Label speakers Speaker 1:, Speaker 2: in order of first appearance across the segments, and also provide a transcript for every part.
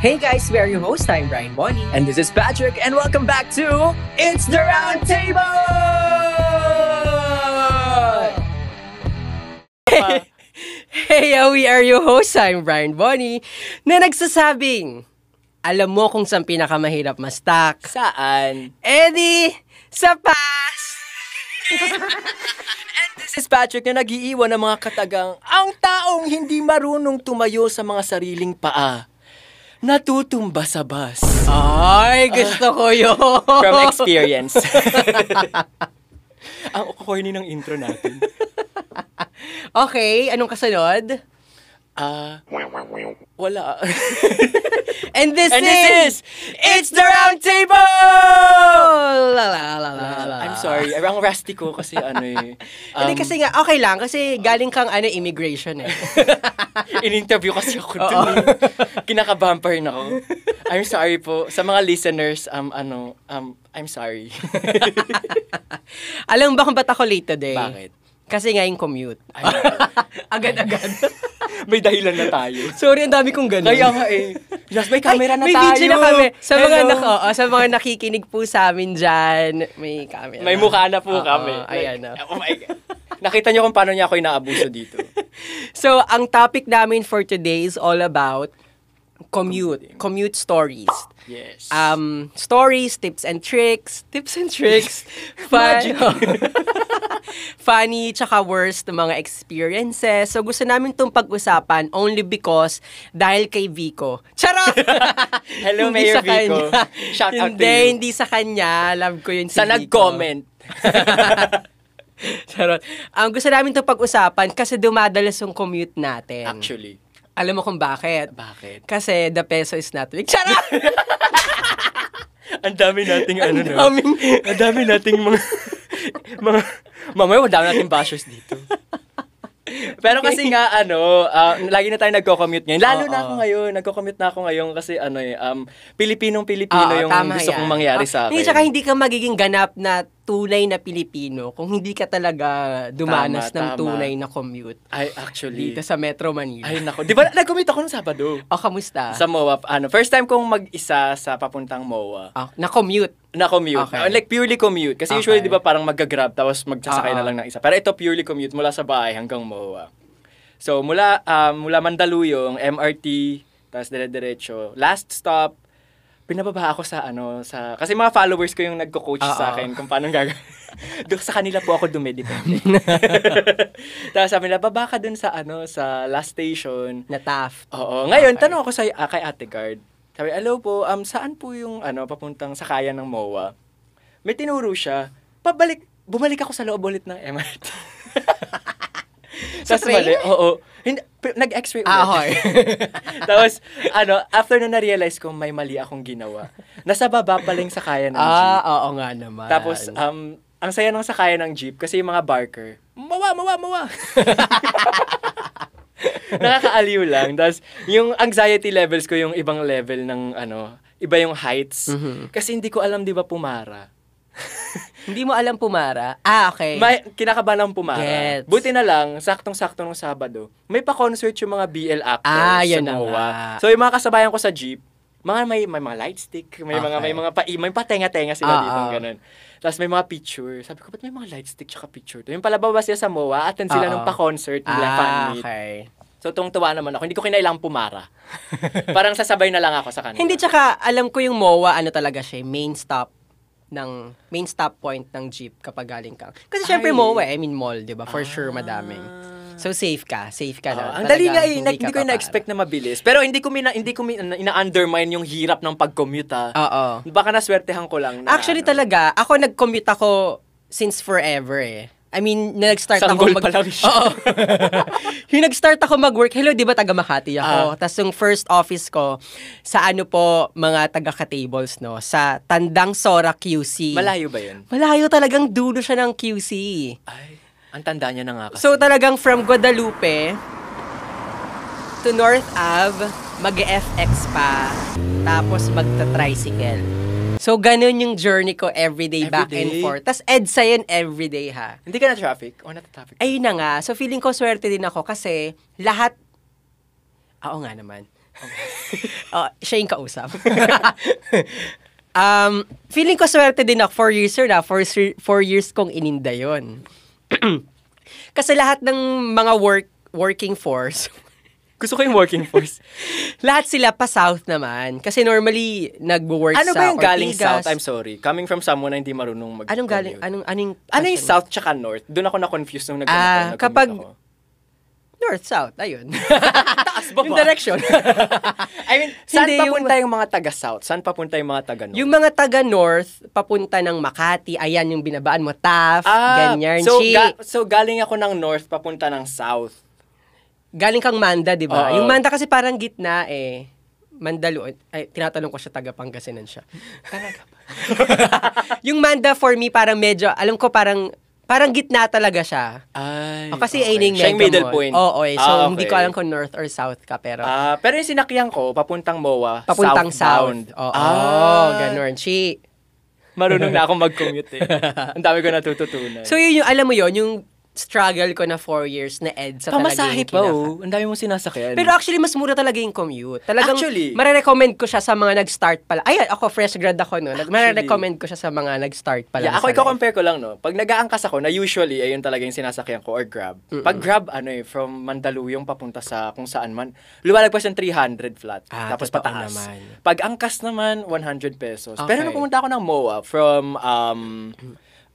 Speaker 1: Hey guys, we are your host. I'm Brian Bonnie. And this is Patrick, and welcome back to It's the Round Table! Hey, uh, we are your host. I'm Brian Bonnie, na nagsasabing, alam mo kung saan pinakamahirap mastak.
Speaker 2: Saan?
Speaker 1: Eddie, sa pass! And this
Speaker 2: This is Patrick na nagiiwan ng mga katagang ang taong hindi marunong tumayo sa mga sariling paa. Natutumba sa bus.
Speaker 1: Ay, gusto ko yun!
Speaker 2: From experience. ang corny ng intro natin.
Speaker 1: Okay, anong kasunod?
Speaker 2: Ah, wala.
Speaker 1: And this is...
Speaker 2: And this is,
Speaker 1: It's the Round Table! La, la, la, la, la.
Speaker 2: I'm sorry. Ang rusty ko kasi ano eh.
Speaker 1: Hindi
Speaker 2: um,
Speaker 1: kasi nga, okay lang. Kasi galing kang ano, immigration eh.
Speaker 2: In-interview kasi ako
Speaker 1: Oo.
Speaker 2: dun. eh. Kinakabahan pa rin ako. I'm sorry po. Sa mga listeners, um, ano, um, I'm sorry.
Speaker 1: Alam mo ba kung ba't ako late today?
Speaker 2: Bakit?
Speaker 1: Kasi nga yung commute.
Speaker 2: Ay, nako.
Speaker 1: Agad-agad.
Speaker 2: May dahilan na tayo.
Speaker 1: Sorry, ang dami kong ganun.
Speaker 2: Kaya nga eh. Yes,
Speaker 1: Ay,
Speaker 2: may camera na
Speaker 1: may
Speaker 2: tayo.
Speaker 1: video na kami. Sa mga,
Speaker 2: Hello.
Speaker 1: nako, oh, sa mga nakikinig po sa amin dyan, may camera.
Speaker 2: May mukha na po
Speaker 1: Oo,
Speaker 2: kami.
Speaker 1: ayan na.
Speaker 2: Oh my God. Nakita niyo kung paano niya ako inaabuso dito.
Speaker 1: So, ang topic namin for today is all about commute. Commute stories.
Speaker 2: Yes.
Speaker 1: Um, stories, tips and tricks. Tips and tricks. Fun.
Speaker 2: Magic.
Speaker 1: ano? funny, tsaka worst na mga experiences. So, gusto namin itong pag-usapan only because dahil kay Vico. Charot!
Speaker 2: Hello, Mayor Vico. Shout out
Speaker 1: hindi,
Speaker 2: to you.
Speaker 1: Hindi, sa kanya. Love ko yun si
Speaker 2: Sa
Speaker 1: Vico.
Speaker 2: nag-comment.
Speaker 1: Charot. Ang gusto namin itong pag-usapan kasi dumadalas yung commute natin.
Speaker 2: Actually.
Speaker 1: Alam mo kung bakit?
Speaker 2: Bakit?
Speaker 1: Kasi the peso is not weak. Charot!
Speaker 2: Ang dami nating ano
Speaker 1: Ang
Speaker 2: no?
Speaker 1: daming-
Speaker 2: Ang dami nating mga... mga mamaya, wala nating bashers dito. Pero kasi nga, ano, ah, lagi na tayo nagko-commute ngayon. Lalo na
Speaker 1: Oo.
Speaker 2: ako ngayon, nagko-commute na ako ngayon kasi ano eh, um, Pilipinong-Pilipino
Speaker 1: Oo,
Speaker 2: yung
Speaker 1: tama
Speaker 2: gusto
Speaker 1: yan.
Speaker 2: kong mangyari
Speaker 1: Ah,
Speaker 2: sa akin.
Speaker 1: Hindi, tsaka hindi ka magiging ganap na tunay na Pilipino kung hindi ka talaga dumanas
Speaker 2: Tama,
Speaker 1: ng
Speaker 2: tama.
Speaker 1: tunay na commute
Speaker 2: Ay, actually.
Speaker 1: dito sa Metro Manila.
Speaker 2: Ay, nako. Di ba, nag-commute ako nung Sabado.
Speaker 1: O, kamusta?
Speaker 2: Sa MOA. Ano, first time kong mag-isa sa papuntang MOA.
Speaker 1: Ah, na commute.
Speaker 2: Na commute.
Speaker 1: Okay.
Speaker 2: Uh, Like, purely commute.
Speaker 1: Okay.
Speaker 2: Kasi usually, di ba, parang mag-grab tapos
Speaker 1: Ah,
Speaker 2: magsasakay
Speaker 1: ah.
Speaker 2: na lang ng isa. Pero ito, purely commute mula sa bahay hanggang MOA. So, mula, ah, mula Mandaluyong, MRT, tapos dire-diretso. Last stop, pinababa ako sa ano, sa... Kasi mga followers ko yung nagko-coach
Speaker 1: Ah, ah.
Speaker 2: sa akin kung paano gagawin. Do- sa kanila po ako dumidepende. tapos sabi nila, baba ka dun sa ano, sa last station.
Speaker 1: Na Taft.
Speaker 2: Oo. Ngayon,
Speaker 1: Okay.
Speaker 2: tanong ako sa ah, kay Ate Guard. Sabi, hello po, um, saan po yung ano, papuntang sakayan ng MOA? May tinuro siya. Pabalik, bumalik ako sa loob ulit ng MRT.
Speaker 1: Sa
Speaker 2: Tapos
Speaker 1: train? Ah,
Speaker 2: mali, oo. Hindi, p- nag-x-ray ulit.
Speaker 1: Ahoy.
Speaker 2: Tapos, ano, after na na-realize ko may mali akong ginawa. Nasa baba pala yung sakayan ng jeep.
Speaker 1: ah, oo nga naman.
Speaker 2: Tapos, um, ang saya ng sakayan ng jeep kasi yung mga barker, mawa, mawa, mawa. Nakakaaliw lang. Tapos, yung anxiety levels ko, yung ibang level ng, ano, iba yung heights.
Speaker 1: Mhm.
Speaker 2: Kasi hindi ko alam, di ba, pumara.
Speaker 1: hindi mo alam pumara. Ah, okay.
Speaker 2: May, kinakabahan ng pumara.
Speaker 1: Gets.
Speaker 2: Buti na lang, saktong-sakto nung Sabado, may pa-concert yung mga BL actors
Speaker 1: Ah, yan na
Speaker 2: sa MOA.
Speaker 1: nga.
Speaker 2: So, yung mga kasabayan ko sa jeep, mga may, may mga light stick, may mga
Speaker 1: Okay.
Speaker 2: may mga pa may patenga-tenga sila
Speaker 1: Ah,
Speaker 2: dito
Speaker 1: ah.
Speaker 2: ganun. Tapos may mga picture. Sabi ko, ba't may mga light stick tsaka picture to? Yung palababa sila sa MOA, attend sila
Speaker 1: Ah,
Speaker 2: nung
Speaker 1: ah.
Speaker 2: pa-concert nila fan
Speaker 1: ah,
Speaker 2: meet.
Speaker 1: okay.
Speaker 2: So, tungtuwa naman ako. Hindi ko kinailang pumara. Parang sasabay na lang ako sa kanila.
Speaker 1: Hindi, tsaka alam ko yung MOA, ano talaga siya, main stop ng main stop point ng jeep kapag galing ka. Kasi syempre
Speaker 2: Ay. Ah.
Speaker 1: MOA, eh, I mean mall, di ba? For sure, madaming. So safe ka, safe ka
Speaker 2: Oo,
Speaker 1: na.
Speaker 2: ang dali
Speaker 1: Talagang
Speaker 2: nga eh,
Speaker 1: hindi ka
Speaker 2: hindi, ko
Speaker 1: papara.
Speaker 2: na-expect na mabilis. Pero hindi ko mina, hindi ko mina, ina-undermine yung hirap ng pag-commute ah.
Speaker 1: Oo.
Speaker 2: Baka naswertehan ko lang. Na, ano.
Speaker 1: Actually talaga, ako nag-commute ako since forever eh. I mean, nag-start
Speaker 2: Sanggol
Speaker 1: ako mag...
Speaker 2: pa lang siya.
Speaker 1: Oo. yung nag-start ako mag-work, hello, di ba taga Makati
Speaker 2: Ah.
Speaker 1: ako? Tapos yung first office ko, sa ano po, mga taga-katables, no? Sa Tandang Sora QC.
Speaker 2: Malayo ba yun?
Speaker 1: Malayo talagang dulo siya ng QC.
Speaker 2: Ay, ang tanda niya na nga kasi.
Speaker 1: So talagang from Guadalupe to North Ave, mag-FX pa, tapos magta-tricycle. So ganun yung journey ko everyday, back and
Speaker 2: Everyday?
Speaker 1: forth. Tas EDSA yun everyday ha.
Speaker 2: hindi ka na traffic o na traffic?
Speaker 1: Ayun na nga, so feeling ko swerte din ako kasi lahat, oo nga naman. Oh, siya yung kausap. um, feeling ko swerte din ako. Four years na. Four, sir- four years kong ininda yon. Kasi lahat ng mga work working force,
Speaker 2: Gusto ko yung working force.
Speaker 1: lahat sila pa south naman. Kasi normally, nag-work sa
Speaker 2: ano ba yung galing
Speaker 1: Ortigas.
Speaker 2: south? I'm sorry. Coming from someone na hindi marunong mag
Speaker 1: Anong galing? Anong, anong,
Speaker 2: Ano yung south tsaka north? Doon ako na-confuse nung nag
Speaker 1: Ah,
Speaker 2: nag-commute
Speaker 1: kapag-
Speaker 2: ako. Ano
Speaker 1: North, south. Ayun.
Speaker 2: Taas baba.
Speaker 1: yung direction.
Speaker 2: I mean, saan
Speaker 1: Hindi, yung-
Speaker 2: papunta yung... mga taga-south? Saan papunta yung mga taga-north?
Speaker 1: yung mga taga-north, papunta ng Makati, ayan yung binabaan mo, Taft,
Speaker 2: Ah,
Speaker 1: ganyan,
Speaker 2: so,
Speaker 1: Chi.
Speaker 2: ga- so galing ako ng north papunta ng south.
Speaker 1: Galing kang Manda, di ba?
Speaker 2: Oo.
Speaker 1: Yung Manda kasi parang gitna eh. Mandalo, ay, tinatanong ko siya, taga Pangasinan siya.
Speaker 2: Talaga ba?
Speaker 1: yung Manda for me, parang medyo, alam ko parang, parang gitna talaga siya.
Speaker 2: Ay,
Speaker 1: O, kasi Ah, okay. ayun yung
Speaker 2: Siya Ah, yung
Speaker 1: mega
Speaker 2: middle
Speaker 1: mall.
Speaker 2: point.
Speaker 1: Oo, eh. so
Speaker 2: Ah,
Speaker 1: hindi
Speaker 2: okay.
Speaker 1: ko alam kung north or south ka, pero
Speaker 2: Ah, pero yung sinakyan ko, papuntang MOA,
Speaker 1: papuntang
Speaker 2: southbound.
Speaker 1: south. Oo,
Speaker 2: ah,
Speaker 1: ganun. Chi.
Speaker 2: Marunong na ako mag-commute eh. Ang dami ko natututunan.
Speaker 1: So yun yung, alam mo yun, yung struggle ko na four years na EDSA talaga
Speaker 2: Pamasahe
Speaker 1: yung
Speaker 2: pa
Speaker 1: kinaka-
Speaker 2: oh. Ang dami mong sinasakyan.
Speaker 1: Pero actually, mas mura talaga yung commute. Talagang,
Speaker 2: Actually.
Speaker 1: marerecommend ko siya sa mga nag-start pala. Ayan, ako, fresh grad ako noon. Marerecommend ko siya sa mga nag-start pala.
Speaker 2: yeah,
Speaker 1: sa
Speaker 2: ako
Speaker 1: life.
Speaker 2: i-compare ko lang, no? Pag nag-aangkas ako, na usually, ayun talaga yung sinasakyan ko, or grab. Pag grab, ano eh, from Mandaluyong papunta sa kung saan man, lumalagpas yung 300 flat.
Speaker 1: Ah,
Speaker 2: tapos
Speaker 1: totoo
Speaker 2: pataas.
Speaker 1: naman.
Speaker 2: Pag angkas naman, 100 pesos. Pero nung
Speaker 1: Okay.
Speaker 2: pumunta ako ng MOA, from um,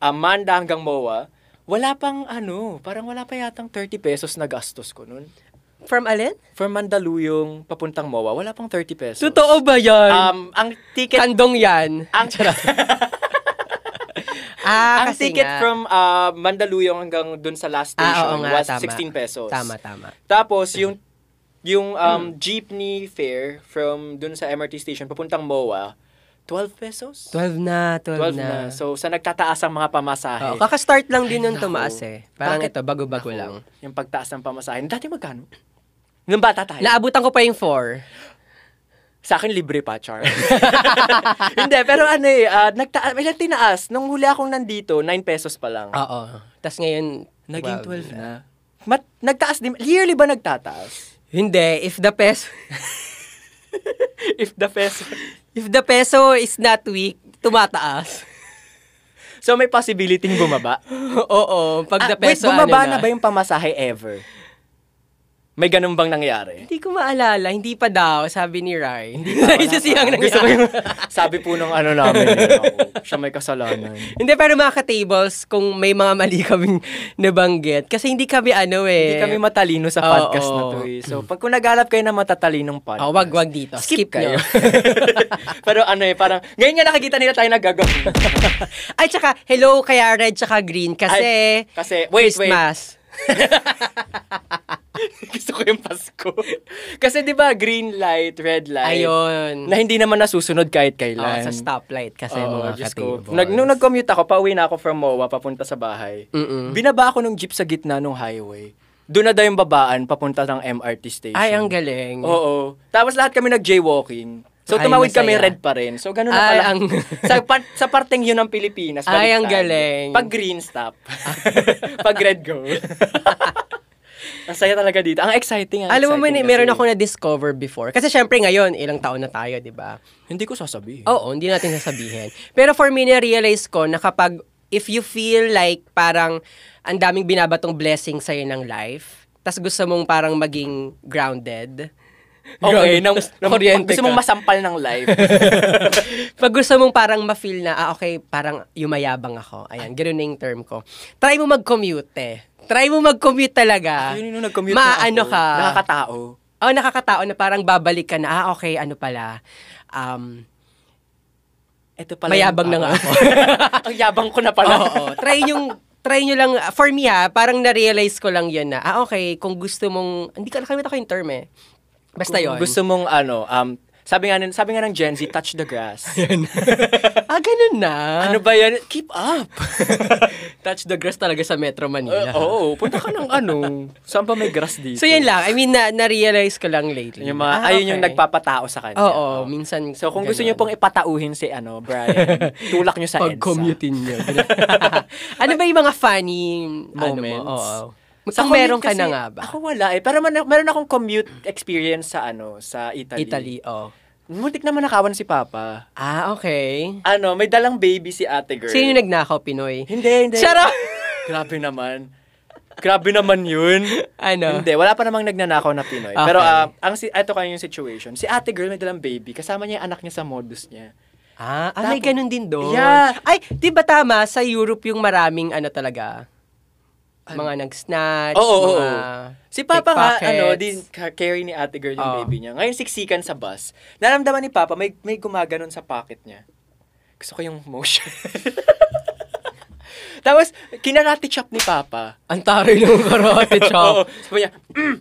Speaker 2: Amanda hanggang MOA, wala pang ano, parang wala pa yatang 30 pesos na gastos ko nun.
Speaker 1: From Alin?
Speaker 2: From Mandaluyong papuntang MOA, wala pang 30 pesos.
Speaker 1: Totoo ba yan?
Speaker 2: Um, ang ticket
Speaker 1: Kandong yan.
Speaker 2: ang
Speaker 1: Ah,
Speaker 2: ang
Speaker 1: kasi
Speaker 2: ticket
Speaker 1: nga.
Speaker 2: from ah, Mandaluyong hanggang dun sa last station
Speaker 1: Ah, oo nga,
Speaker 2: was
Speaker 1: tama.
Speaker 2: 16 pesos.
Speaker 1: Tama, Mm. tama.
Speaker 2: Tapos yung yung um, jeepney fare from dun sa MRT station papuntang MOA, 12 pesos?
Speaker 1: 12 na, 12, na.
Speaker 2: 12 So sa nagtataas ang mga
Speaker 1: Oo,
Speaker 2: pamasahe.
Speaker 1: kakastart lang din
Speaker 2: Ay,
Speaker 1: nun
Speaker 2: naku.
Speaker 1: tumaas eh. Parang
Speaker 2: Bakit?
Speaker 1: ito, bago-bago
Speaker 2: Ako,
Speaker 1: lang.
Speaker 2: Yung pagtaas ng pamasahe. Dati magkano? Nung bata tayo.
Speaker 1: Naabutan ko pa yung 4.
Speaker 2: Sa akin, libre pa, Char. Hindi, pero ano eh, ah, nagtaas, ilan tinaas? Nung huli akong nandito, 9 pesos pa lang.
Speaker 1: Oo. Tapos ngayon,
Speaker 2: Naging
Speaker 1: na.
Speaker 2: 12 na. Mat, nagtaas din. Yearly ba nagtataas?
Speaker 1: Hindi, if the peso,
Speaker 2: If the peso.
Speaker 1: if the peso is not weak, tumataas.
Speaker 2: So may possibility ng bumaba?
Speaker 1: Oo, pag the
Speaker 2: Ah, wait,
Speaker 1: peso
Speaker 2: bumaba
Speaker 1: ano
Speaker 2: na ba yung pamasahe ever? May ganun bang nangyari?
Speaker 1: Hindi ko maalala, hindi pa daw, sabi ni Rai. Hindi
Speaker 2: Wala
Speaker 1: Isa siyang
Speaker 2: pa. Gusto ko
Speaker 1: nangyari.
Speaker 2: yung, sabi po nung ano namin, eh, ako, siya may kasalanan.
Speaker 1: Hindi, pero mga ka-tables, kung may mga mali kaming nabanggit. Kasi hindi kami ano eh.
Speaker 2: Hindi kami matalino sa
Speaker 1: Oo.
Speaker 2: podcast na to eh. So, pag kung naghanap kayo ng matatalinong podcast,
Speaker 1: Oh, wag, wag dito. Skip, kayo.
Speaker 2: Pero ano eh, parang, ngayon nga nakikita nila tayo nagagawin.
Speaker 1: Ay, tsaka, hello kaya red tsaka green kasi
Speaker 2: Ay, kasi, wait, wait.
Speaker 1: Christmas.
Speaker 2: Gusto ko yung Pasko. Kasi di ba green light, red light.
Speaker 1: Ayun.
Speaker 2: Mm. Na hindi naman nasusunod kahit
Speaker 1: Oo,
Speaker 2: kailan.
Speaker 1: sa stoplight kasi
Speaker 2: Oo,
Speaker 1: mga
Speaker 2: Oh, Diyos ko.
Speaker 1: ka-tables.
Speaker 2: Nag, nung nag-commute ako, pauwi na ako from MOA, papunta sa bahay.
Speaker 1: Mm-mm.
Speaker 2: Binaba ako ng jeep sa gitna ng highway. Doon na daw yung babaan, papunta ng MRT station.
Speaker 1: Ay, ang galing.
Speaker 2: Oo. Tapos lahat kami nag-jaywalking. So
Speaker 1: Ay,
Speaker 2: tumawid kami
Speaker 1: masaya.
Speaker 2: red pa rin. So ganun na
Speaker 1: Ay,
Speaker 2: pala.
Speaker 1: ang-
Speaker 2: sa, par- sa parteng yun ng Pilipinas.
Speaker 1: Ay, ang
Speaker 2: baliktad.
Speaker 1: galing.
Speaker 2: Pag green, stop. Pag red, go. ang saya talaga dito. Ang exciting. Ang
Speaker 1: Alam mo, may,
Speaker 2: exciting kasi.
Speaker 1: meron ako na-discover before. Kasi syempre ngayon, ilang taon na tayo, di ba?
Speaker 2: Hindi ko sasabihin.
Speaker 1: Oo, hindi natin sasabihin. Pero for me, na-realize ko na kapag, if you feel like parang ang daming binabatong blessing sa'yo ng life, tas gusto mong parang maging grounded. Grounded,
Speaker 2: Okay, nang,
Speaker 1: tas
Speaker 2: nang,
Speaker 1: kuryente
Speaker 2: gusto mong
Speaker 1: ka.
Speaker 2: masampal ng life.
Speaker 1: diba? Pag gusto mong parang ma-feel na, ah, okay, parang yumayabang ako. Ayan, ganun na yung term ko. Try mo mag-commute eh. Try mo mag-commute talaga.
Speaker 2: Ah, Yun yung nag-commute na
Speaker 1: Maano
Speaker 2: ako.
Speaker 1: ano ka.
Speaker 2: Nakakatao.
Speaker 1: Oh, nakakatao na parang babalik ka na, ah, okay, ano pala, um,
Speaker 2: Ito pala.
Speaker 1: mayabang na nga ako.
Speaker 2: Ang yabang ko na pala.
Speaker 1: Oo, oo. try yung try nyo lang, ah, for me ha, parang na-realize ko lang yun na, ah, okay, kung gusto mong, hindi ka nakalimutan ko yung term eh. Basta
Speaker 2: Kung
Speaker 1: yun.
Speaker 2: Gusto mong ano, um, sabi nga, nin- sabi nga ng Gen Z, touch the grass.
Speaker 1: ah, ganun na.
Speaker 2: ano ba yan? Keep up.
Speaker 1: Touch the grass talaga sa Metro Manila.
Speaker 2: Uh, Oo, punta ka ng ano. Saan ba may grass dito?
Speaker 1: So, yun lang. I mean, na, na-realize ko lang lately.
Speaker 2: Yung mga,
Speaker 1: Ah,
Speaker 2: ayun
Speaker 1: okay.
Speaker 2: yung nagpapatao sa kanya.
Speaker 1: Oo, oo, minsan.
Speaker 2: So, kung gusto
Speaker 1: ganun.
Speaker 2: niyo pong ipatauhin si ano, Brian, tulak niyo sa EDSA.
Speaker 1: pag-commutein niyo. ano ba yung mga funny ano mo?
Speaker 2: Moments.
Speaker 1: Oo. Kung
Speaker 2: commute
Speaker 1: meron ka
Speaker 2: kasi,
Speaker 1: na nga ba?
Speaker 2: Ako wala eh. Pero man, meron akong commute experience sa ano, sa Italy.
Speaker 1: Italy, oh.
Speaker 2: Muntik na manakawan si Papa.
Speaker 1: Ah, okay.
Speaker 2: Ano, may dalang baby si ate girl.
Speaker 1: Sino yung nagnakaw, Pinoy?
Speaker 2: Hindi, hindi.
Speaker 1: Charot!
Speaker 2: Grabe naman. Grabe naman yun.
Speaker 1: Ano?
Speaker 2: Hindi, wala pa namang nagnanakaw na Pinoy.
Speaker 1: Okay.
Speaker 2: Pero ah, ang si ito kayo yung situation. Si ate girl may dalang baby. Kasama niya yung anak niya sa modus niya.
Speaker 1: Ah, ah, may
Speaker 2: Tapos-
Speaker 1: ganun din doon.
Speaker 2: Yeah.
Speaker 1: Ay, di ba tama, sa Europe yung maraming ano talaga, mga nag-snatch,
Speaker 2: Oo, oo,
Speaker 1: mga...
Speaker 2: oo. Si Papa nga,
Speaker 1: pickpockets.
Speaker 2: ano, din ka- carry ni ate girl
Speaker 1: Oo.
Speaker 2: yung baby niya. Ngayon, siksikan sa bus. Naramdaman ni Papa, may, may gumaganon sa pocket niya. Gusto ko yung motion. Tapos, kinarate chop ni Papa.
Speaker 1: Ang taray ng karate
Speaker 2: Oo.
Speaker 1: chop.
Speaker 2: Sabi niya, "Mm."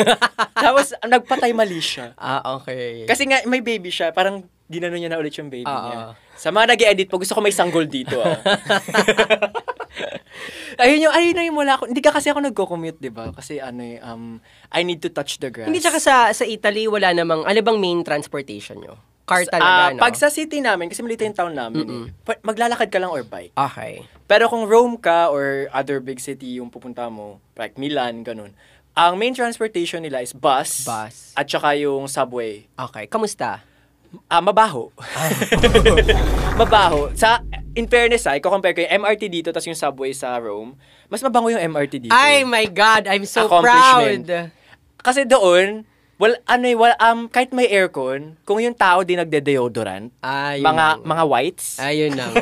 Speaker 2: Tapos, ang nagpatay mali siya.
Speaker 1: ah, okay.
Speaker 2: Kasi nga, may baby siya. Parang, ginano niya na ulit yung baby
Speaker 1: Oo.
Speaker 2: niya. Sa mga nag edit po, gusto ko may sanggol dito. Ah. ayun yung, ayun na yung wala ako. Hindi ka kasi ako nagko-commute, di ba? Kasi ano eh, um, I need to touch the grass.
Speaker 1: Hindi, tsaka sa, sa Italy, wala namang, ano bang main transportation nyo? Car
Speaker 2: Ah,
Speaker 1: talaga, no?
Speaker 2: Pag sa city namin, kasi malita yung town namin, eh, pa- maglalakad ka lang or bike.
Speaker 1: Okay.
Speaker 2: Pero kung Rome ka or other big city yung pupunta mo, like Milan, ganun, ang main transportation nila is bus,
Speaker 1: Bus.
Speaker 2: at saka yung subway.
Speaker 1: Okay. Kamusta?
Speaker 2: Ah, mabaho. mabaho. Sa, in fairness ah, i-compare ko yung MRT dito tas yung subway sa Rome, mas mabango yung MRT dito.
Speaker 1: Ay, my God! I'm so
Speaker 2: Accomplishment.
Speaker 1: proud!
Speaker 2: Kasi doon, well, ano eh, well, um, kahit may aircon, kung yung tao di nagde-deodorant,
Speaker 1: Ayun.
Speaker 2: mga, mga whites,
Speaker 1: Ayun na nga.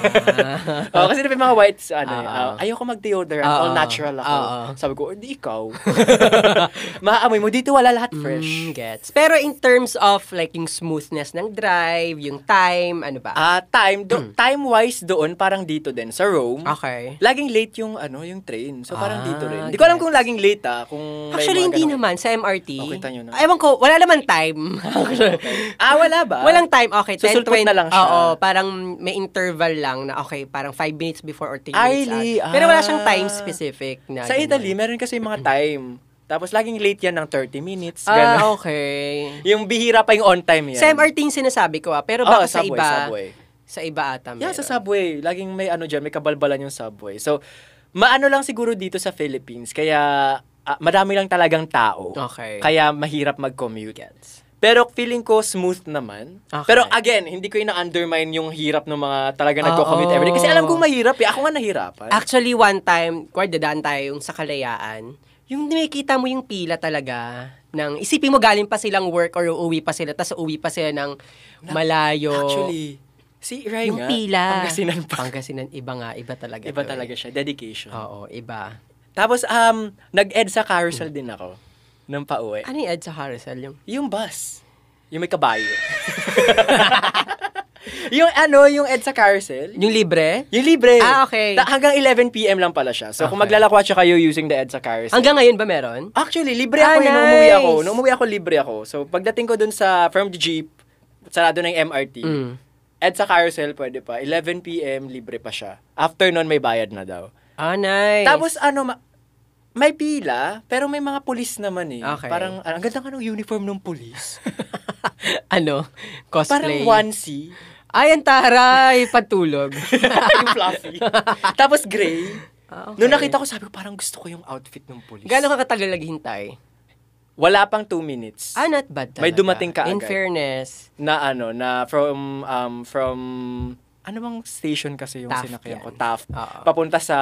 Speaker 2: Oh, kasi diba yung mga whites, ano, eh,
Speaker 1: Oo.
Speaker 2: ah, ayoko mag-deodorant,
Speaker 1: Oo.
Speaker 2: all natural ako.
Speaker 1: Oo.
Speaker 2: Sabi ko, hindi ikaw. Maaamoy mo, dito wala lahat
Speaker 1: Mm,
Speaker 2: fresh.
Speaker 1: gets. Pero in terms of like yung smoothness ng drive, yung time, ano ba?
Speaker 2: Ah, time, do- time-wise doon, parang dito din, sa Rome.
Speaker 1: okay.
Speaker 2: Laging late yung ano, yung train. So parang
Speaker 1: Ah,
Speaker 2: dito rin. Hindi ko alam
Speaker 1: gets.
Speaker 2: kung laging late ah, kung may
Speaker 1: Actually,
Speaker 2: mga
Speaker 1: hindi
Speaker 2: ganun.
Speaker 1: naman. Sa MRT.
Speaker 2: Oh, kita nyo na.
Speaker 1: Ewan ko, wala naman time.
Speaker 2: Ah, wala ba?
Speaker 1: Walang time. Okay, 10,
Speaker 2: Susulpot
Speaker 1: 20.
Speaker 2: na lang siya.
Speaker 1: Oo, parang may interval lang na okay, parang 5 minutes before or 10 minutes.
Speaker 2: Ay,
Speaker 1: out.
Speaker 2: li-
Speaker 1: Pero wala siyang
Speaker 2: ah.
Speaker 1: time specific na.
Speaker 2: Sa
Speaker 1: ganun.
Speaker 2: Italy, meron kasi mga time. Tapos laging late yan ng 30 minutes.
Speaker 1: Ah,
Speaker 2: Ganun.
Speaker 1: okay.
Speaker 2: Yung bihira pa yung on time yan.
Speaker 1: Sa MRT yung sinasabi ko ah, pero
Speaker 2: Oo,
Speaker 1: baka sa
Speaker 2: subway,
Speaker 1: iba,
Speaker 2: subway.
Speaker 1: sa iba ata meron.
Speaker 2: Yeah, sa subway. Laging may ano dyan, may kabalbalan yung subway. So, maano lang siguro dito sa Philippines. Kaya, ah, madami lang talagang tao.
Speaker 1: Okay.
Speaker 2: Kaya, mahirap mag-commute. Pero feeling ko smooth naman.
Speaker 1: Okay. Ah,
Speaker 2: Pero again, hindi ko ina-undermine yung hirap ng mga talaga nagko-commute
Speaker 1: Oo.
Speaker 2: everyday. Kasi alam
Speaker 1: oh.
Speaker 2: ko mahirap eh. Ako nga nahirapan.
Speaker 1: Actually, one time, kuwari dadaan tayo yung sa Kalayaan, yung nakikita mo yung pila talaga ng isipin mo galing pa silang work or uuwi pa sila tapos uuwi pa sila ng malayo.
Speaker 2: Actually, si Rai
Speaker 1: yung
Speaker 2: nga,
Speaker 1: pila.
Speaker 2: Pangasinan pa.
Speaker 1: Pangasinan, iba nga, iba talaga. to
Speaker 2: Iba
Speaker 1: eh.
Speaker 2: talaga siya. Dedication.
Speaker 1: Oo, iba.
Speaker 2: Tapos, um, nag-ed sa carousel din ako. Nang pauwi.
Speaker 1: Ano yung Ed sa Carousel? Yung...
Speaker 2: Yung bus. Yung may kabayo. yung ano, yung EDSA carousel.
Speaker 1: Yung libre?
Speaker 2: Yung libre.
Speaker 1: Ah, okay.
Speaker 2: Ta- hanggang 11 p.m. lang pala siya. So, kung
Speaker 1: Okay.
Speaker 2: maglalakwatsa kayo using the EDSA carousel.
Speaker 1: Hanggang ngayon ba meron?
Speaker 2: Actually, libre
Speaker 1: Ah,
Speaker 2: ako eh. Nung umuwi ako.
Speaker 1: nice.
Speaker 2: Nung umuwi ako, libre ako. So, pagdating ko dun sa, from the jeep, sarado na yung MRT.
Speaker 1: Mm.
Speaker 2: EDSA carousel, pwede pa. 11 p.m. libre pa siya. After nun, may bayad na daw.
Speaker 1: Ah, nice.
Speaker 2: Tapos ano, ma- may pila, pero may mga pulis naman eh.
Speaker 1: Okay.
Speaker 2: Parang, ang ganda nga ng uniform ng pulis.
Speaker 1: ano? Cosplay.
Speaker 2: Parang onesie.
Speaker 1: Ay, ang taray! Patulog.
Speaker 2: yung fluffy. Tapos gray.
Speaker 1: Ah, okay.
Speaker 2: Noong nakita ko, sabi ko, parang gusto ko yung outfit ng pulis.
Speaker 1: Gano'ng ka katagal naghintay?
Speaker 2: Wala pang two minutes.
Speaker 1: Ah, not bad talaga.
Speaker 2: May dumating ka
Speaker 1: In
Speaker 2: agad.
Speaker 1: fairness.
Speaker 2: Na ano, na from, um, from, ano bang station kasi yung
Speaker 1: Taft
Speaker 2: sinakyan
Speaker 1: yan.
Speaker 2: ko? Taft.
Speaker 1: Oo.
Speaker 2: Papunta sa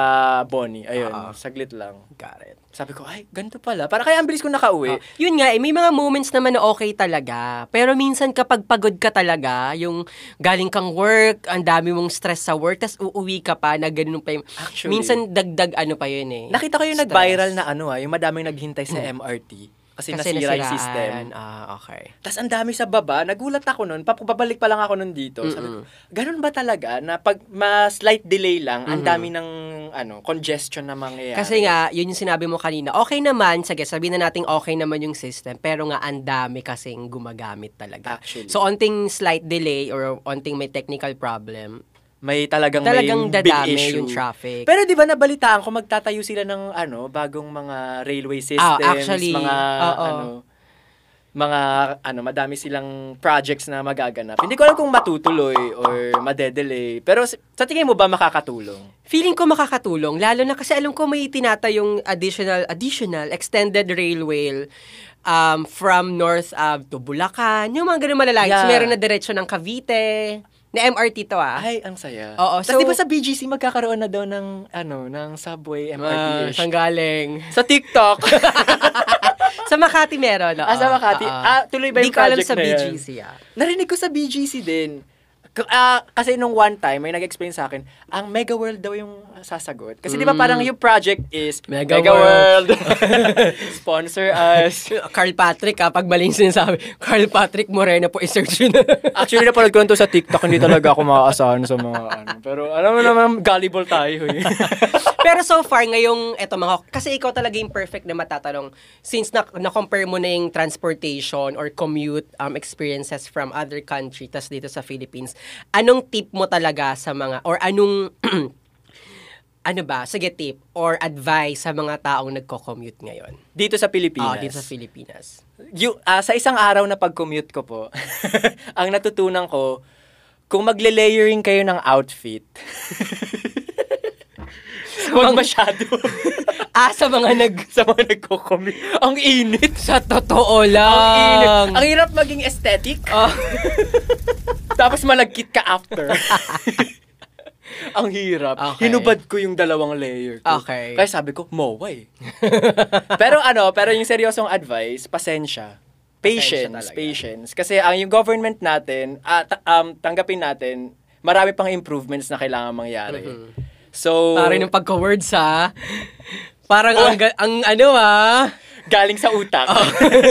Speaker 2: Bonnie. Ayun,
Speaker 1: Oo.
Speaker 2: saglit lang.
Speaker 1: Got it.
Speaker 2: Sabi ko, ay, ganito pala. Para kaya ang bilis ko nakauwi.
Speaker 1: Yun nga, eh, may mga moments naman na okay talaga. Pero minsan kapag pagod ka talaga, yung galing kang work, ang dami mong stress sa work, tas uuwi ka pa na ganun pa yung...
Speaker 2: Actually.
Speaker 1: minsan dagdag ano pa yun eh.
Speaker 2: Nakita ko yung
Speaker 1: Stress. Mm.
Speaker 2: nag-viral na ano ah, yung madaming naghintay sa MRT. Kasi, nasira yung
Speaker 1: nasiraan.
Speaker 2: system.
Speaker 1: Ah, okay.
Speaker 2: Tapos ang dami sa baba, nagulat ako nun, pap- babalik pa lang ako nun dito. Sabi ko, ganun ba talaga na pag mas slight delay lang, ang dami ng ano, congestion na mangyayari?
Speaker 1: Kasi nga, yun yung sinabi mo kanina, okay naman, sige, sabihin na nating okay naman yung system, pero nga, ang dami kasing gumagamit talaga.
Speaker 2: Actually.
Speaker 1: So, onting slight delay or onting may technical problem,
Speaker 2: may talagang,
Speaker 1: talagang
Speaker 2: may big
Speaker 1: dadami
Speaker 2: issue.
Speaker 1: yung traffic.
Speaker 2: Pero di ba nabalitaan ko magtatayo sila ng ano, bagong mga railway systems,
Speaker 1: Ah, actually,
Speaker 2: mga
Speaker 1: oo.
Speaker 2: ano. mga ano madami silang projects na magaganap. Hindi ko alam kung matutuloy or madedelay. Pero s- sa tingin mo ba makakatulong?
Speaker 1: Feeling ko makakatulong, lalo na kasi alam ko may tinatayong additional, additional extended railway um, from North Ave to Bulacan. Yung mga ganun malalayo. So,
Speaker 2: Yeah.
Speaker 1: meron na diretso ng Cavite. Na MRT to ah.
Speaker 2: Ay, ang saya.
Speaker 1: Oo,
Speaker 2: Tapos
Speaker 1: so-
Speaker 2: di ba sa BGC magkakaroon na daw ng ano, ng subway
Speaker 1: Ah,
Speaker 2: MRT.
Speaker 1: saan galing?
Speaker 2: sa TikTok.
Speaker 1: sa Makati meron. oo.
Speaker 2: Ah, sa
Speaker 1: Oo.
Speaker 2: Makati. Ah, tuloy ba
Speaker 1: Di
Speaker 2: yung
Speaker 1: ko alam
Speaker 2: project
Speaker 1: sa
Speaker 2: na yan?
Speaker 1: BGC ah.
Speaker 2: Narinig ko sa BGC din. K- ah, kasi nung one time, may nag-explain sa akin, ang Mega World daw yung sasagot. Kasi di ba parang yung project is
Speaker 1: Mega
Speaker 2: Mm. World. Sponsor us.
Speaker 1: Carl Patrick ah, pag mali yung sinasabi. Carl Patrick Moreno po, i-search yun.
Speaker 2: Actually, napanood ko lang to sa TikTok. Hindi talaga ako maaasahan sa mga ano. Pero alam mo naman, gullible tayo eh.
Speaker 1: Pero so far, ngayong, eto mga, kasi ikaw talaga yung perfect na matatanong. Since na, na-compare mo na yung transportation or commute um, experiences from other country, tas dito sa Philippines, anong tip mo talaga sa mga, or anong, ano ba, sige tip, or advice sa mga taong nagko-commute ngayon?
Speaker 2: dito sa Pilipinas.
Speaker 1: Ah, dito sa Philipinas.
Speaker 2: Yu- ah, sa isang araw na pag-commute ko po, ang natutunan ko, kung magle-layering kayo ng outfit, huwag masyado
Speaker 1: Ah, sa mga nag...
Speaker 2: sa mga nagko-commute. Ang init!
Speaker 1: Sa totoo
Speaker 2: Ang init.
Speaker 1: lang.
Speaker 2: Ang hirap maging aesthetic,
Speaker 1: Ah,
Speaker 2: tapos malagkit ka after. ang hirap.
Speaker 1: Okay.
Speaker 2: Hinubad ko yung dalawang layer ko.
Speaker 1: Okay.
Speaker 2: Kaya sabi ko, moway. pero ano, pero yung seryosong advice, pasensya. Patience,
Speaker 1: talaga.
Speaker 2: patience. Kasi ang yung government natin, ah, ta- um, tanggapin natin, marami pang improvements na kailangan mangyari. So,
Speaker 1: Pare ng pagka-words ha. Parang ang, ga- ang ano ah.
Speaker 2: galing sa utak.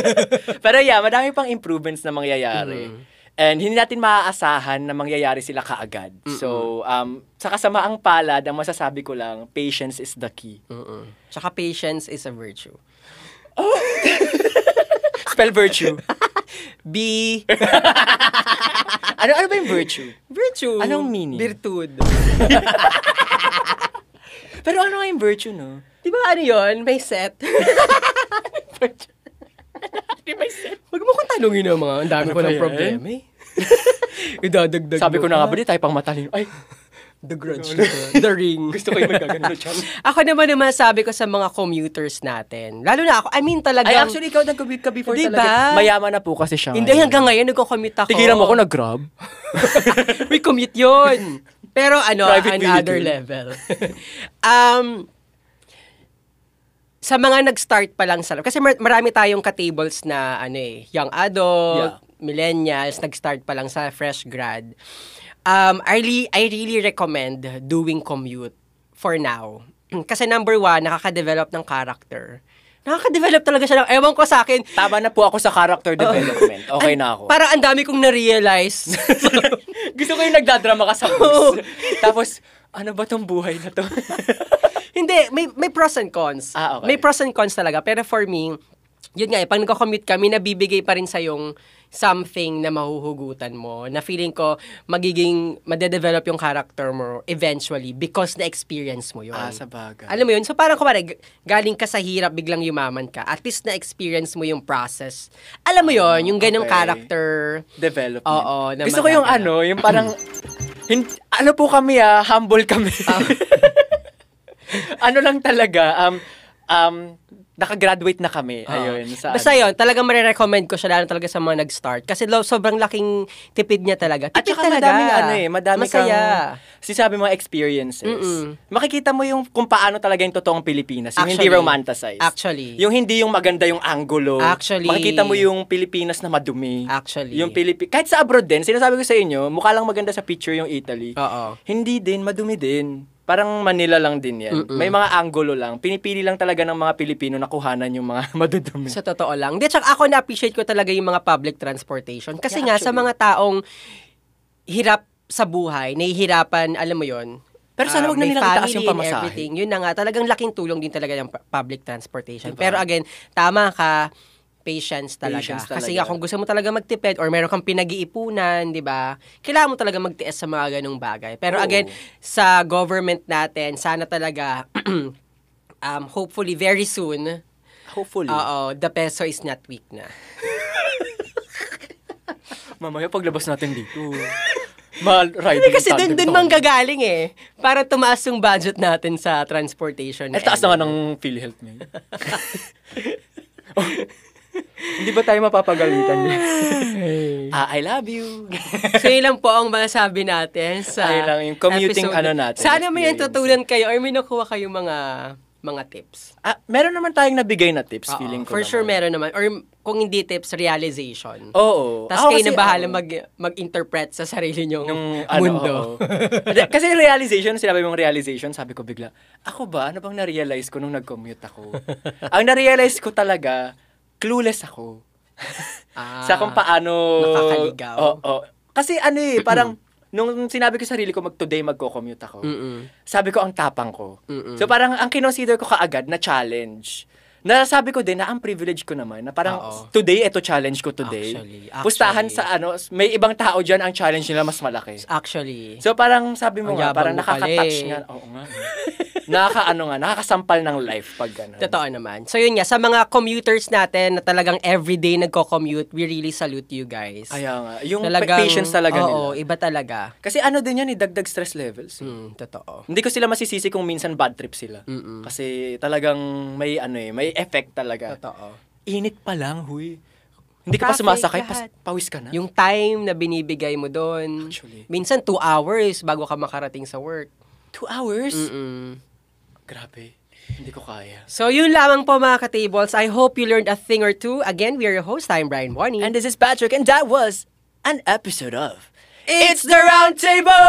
Speaker 2: pero yeah, madami pang improvements na mangyayari. And hindi natin maaasahan na mangyayari sila kaagad. So, um, sa kasamaang palad, ang masasabi ko lang, patience is the key.
Speaker 1: Tsaka patience is a virtue.
Speaker 2: Spell virtue.
Speaker 1: B.
Speaker 2: ano, ano ba yung virtue?
Speaker 1: Virtue.
Speaker 2: Anong meaning?
Speaker 1: Virtud.
Speaker 2: Pero ano nga yung virtue, no?
Speaker 1: Di ba ano yun? May set.
Speaker 2: Di ba yung
Speaker 1: Huwag mo kong tanongin ang mga. Ang dami
Speaker 2: Ano
Speaker 1: ko
Speaker 2: ba
Speaker 1: ng
Speaker 2: yan?
Speaker 1: problema eh. Idadagdag
Speaker 2: Sabi
Speaker 1: mo
Speaker 2: ko na nga
Speaker 1: pa.
Speaker 2: ba, di tayo pang matalino. Ay,
Speaker 1: The grudge. The ring.
Speaker 2: gusto ko yung magagano dyan.
Speaker 1: Ako naman naman sabi ko sa mga commuters natin. Lalo na ako. I mean talaga.
Speaker 2: Ay, actually, ikaw nag-commute ka before
Speaker 1: Di ba?
Speaker 2: talaga. Diba? Mayaman na po kasi siya.
Speaker 1: Hindi, hanggang ngayon nagko-commute ako.
Speaker 2: Tigilan mo ako nag-grab.
Speaker 1: May commute yun. Pero ano,
Speaker 2: Private
Speaker 1: on other
Speaker 2: vehicle.
Speaker 1: level. um, sa mga nag-start pa lang sa kasi mar- marami tayong ka-tables na ano eh, young adult,
Speaker 2: Yeah.
Speaker 1: millennials, nag-start pa lang sa fresh grad. Um, I, really, I really recommend doing commute for now. Kasi number one, nakaka-develop ng character. Nakaka-develop talaga siya. ng- Ewan ko sa akin,
Speaker 2: Tama na po ako sa character development. Okay na ako.
Speaker 1: parang ang dami kong na-realize.
Speaker 2: Gusto ko yung nagdadrama ka sa
Speaker 1: Oo.
Speaker 2: bus. Tapos, ano ba tong buhay na to?
Speaker 1: Hindi, may, may pros and cons.
Speaker 2: Ah, okay.
Speaker 1: May pros and cons talaga. Pero for me, yun nga eh, pag nagko-commute kami, nabibigay pa rin sa yung something na mahuhugutan mo, na feeling ko magiging, madedevelop yung character mo eventually because na-experience mo yun.
Speaker 2: ah, sa bagay.
Speaker 1: Alam mo yun? So parang kumari, galing ka sa hirap, biglang yumaman ka. At least na-experience mo yung process. Alam mo yun, yung ganong
Speaker 2: Ah, okay.
Speaker 1: character.
Speaker 2: Development.
Speaker 1: Oo, na
Speaker 2: Gusto ko yung
Speaker 1: magagana.
Speaker 2: ano, yung parang, hin- ano po kami ah, humble kami. ano lang talaga, um, um, nakagraduate na kami.
Speaker 1: Ah.
Speaker 2: Ayun. Sa, ano.
Speaker 1: Basta yun, talagang marirecommend ko siya lalo talaga sa mga nag-start. Kasi lo, sobrang laking tipid niya talaga.
Speaker 2: At
Speaker 1: Tipid
Speaker 2: saka
Speaker 1: talaga.
Speaker 2: madaming ano eh, madami
Speaker 1: Masaya.
Speaker 2: kang sinasabi mga experiences.
Speaker 1: Mm-mm.
Speaker 2: Makikita mo yung kung paano talaga yung totoong Pilipinas, yung hindi
Speaker 1: Actually.
Speaker 2: romanticized.
Speaker 1: Actually.
Speaker 2: Yung hindi yung maganda yung angulo.
Speaker 1: Actually.
Speaker 2: Makikita mo yung Pilipinas na madumi.
Speaker 1: Actually.
Speaker 2: Yung Pilipi kahit sa abroad din, sinasabi ko sa inyo, mukha lang maganda sa picture yung Italy.
Speaker 1: Oo.
Speaker 2: Hindi din, madumi din. Parang Manila lang din yan.
Speaker 1: Mm-mm.
Speaker 2: May mga angulo lang. Pinipili lang talaga ng mga Pilipino na kuhanan yung mga madudumi.
Speaker 1: Sa totoo lang. Di, tsaka ako na-appreciate ko talaga yung mga public transportation. Kasi
Speaker 2: Yeah,
Speaker 1: nga, sa
Speaker 2: actually.
Speaker 1: mga taong hirap sa buhay, nahihirapan, alam mo yon
Speaker 2: Pero
Speaker 1: Ah,
Speaker 2: sana wag na
Speaker 1: may
Speaker 2: nilang itaas
Speaker 1: family
Speaker 2: yung
Speaker 1: and
Speaker 2: pamasahe.
Speaker 1: everything. Yun na nga, talagang laking tulong din talaga yung pu- public transportation.
Speaker 2: Diba?
Speaker 1: Pero again, tama ka, patience talaga.
Speaker 2: Patience
Speaker 1: Kasi nga,
Speaker 2: talaga.
Speaker 1: kung gusto mo talaga magtipid or meron kang pinag-iipunan, di ba? Kailangan mo talaga magtiis sa mga ganong bagay. Pero
Speaker 2: Oo.
Speaker 1: again, sa government natin, sana talaga, um, hopefully very soon,
Speaker 2: Hopefully.
Speaker 1: Uh, oo, the peso is not weak na.
Speaker 2: mamaya paglabas natin dito. Ma-ride
Speaker 1: Hindi kasi dun, dun mang gagaling eh. Para tumaas yung budget natin sa transportation.
Speaker 2: Eh, taas na nga ng PhilHealth ngayon. Oh, Hindi ba tayo mapapagalitan niya? ah, I love you.
Speaker 1: so, yun lang po ang masabi natin sa
Speaker 2: Ayun lang, yung commuting
Speaker 1: episode.
Speaker 2: ano natin,
Speaker 1: Sana may
Speaker 2: experience.
Speaker 1: natutunan kayo or may nakuha kayo mga mga tips.
Speaker 2: ah, meron naman tayong nabigay na tips,
Speaker 1: Oo,
Speaker 2: feeling ko
Speaker 1: for sure
Speaker 2: naman.
Speaker 1: meron naman. Or kung hindi tips, realization.
Speaker 2: Oo.
Speaker 1: Tapos
Speaker 2: Ako
Speaker 1: kayo
Speaker 2: kasi,
Speaker 1: na bahala
Speaker 2: oo.
Speaker 1: mag, mag-interpret sa sarili nyong
Speaker 2: Nung
Speaker 1: mundo.
Speaker 2: ano, oo. Kasi realization, sinabi mong realization, sabi ko bigla, ako ba, ano bang na-realize ko nung nag-commute ako? Ang na-realize ko talaga, clueless ako.
Speaker 1: Ah,
Speaker 2: sa kung paano...
Speaker 1: nakakaligaw.
Speaker 2: Oo. Kasi ano eh, parang, nung sinabi ko sa sarili ko, mag today magko-commute ako,
Speaker 1: Mm-mm.
Speaker 2: sabi ko ang tapang ko.
Speaker 1: Mm-mm.
Speaker 2: So parang ang kinonsider ko kaagad na challenge. Nasabi ko din na ang privilege ko naman na parang
Speaker 1: Oo.
Speaker 2: today ito challenge ko today.
Speaker 1: Actually,
Speaker 2: Pustahan
Speaker 1: actually.
Speaker 2: sa ano, may ibang tao diyan ang challenge nila mas malaki.
Speaker 1: Actually.
Speaker 2: So parang sabi mo
Speaker 1: Ang
Speaker 2: nga,
Speaker 1: yabang
Speaker 2: parang
Speaker 1: mo pala
Speaker 2: nakaka-touch
Speaker 1: eh.
Speaker 2: nga. Oo nga. Nakakaano nga, nakakasampal ng life pag ganun.
Speaker 1: Totoo naman. So yun nga, sa mga commuters natin na talagang everyday nagko-commute, we really salute you guys.
Speaker 2: Kaya nga, yung pa- patience talaga
Speaker 1: oo,
Speaker 2: nila.
Speaker 1: iba talaga.
Speaker 2: Kasi ano din yan, eh, dagdag stress levels. eh.
Speaker 1: Hmm, totoo.
Speaker 2: Hindi ko sila masisisi kung minsan bad trip sila. Kasi talagang may ano eh, may effect talaga.
Speaker 1: Totoo.
Speaker 2: Init pa lang, huy. Hindi ka pa
Speaker 1: Traffic,
Speaker 2: sumasakay,
Speaker 1: lahat.
Speaker 2: pas, pawis ka na.
Speaker 1: Yung time na binibigay mo doon,
Speaker 2: Actually.
Speaker 1: minsan two hours bago ka makarating sa work.
Speaker 2: two hours?
Speaker 1: Mm.
Speaker 2: Grabe. Hindi ko kaya.
Speaker 1: So yun lamang po mga ka-tables. I hope you learned a thing or two. Again, we are your host. I'm Brian Bonnie.
Speaker 2: And this is Patrick, and that was an episode of It's the Round Table!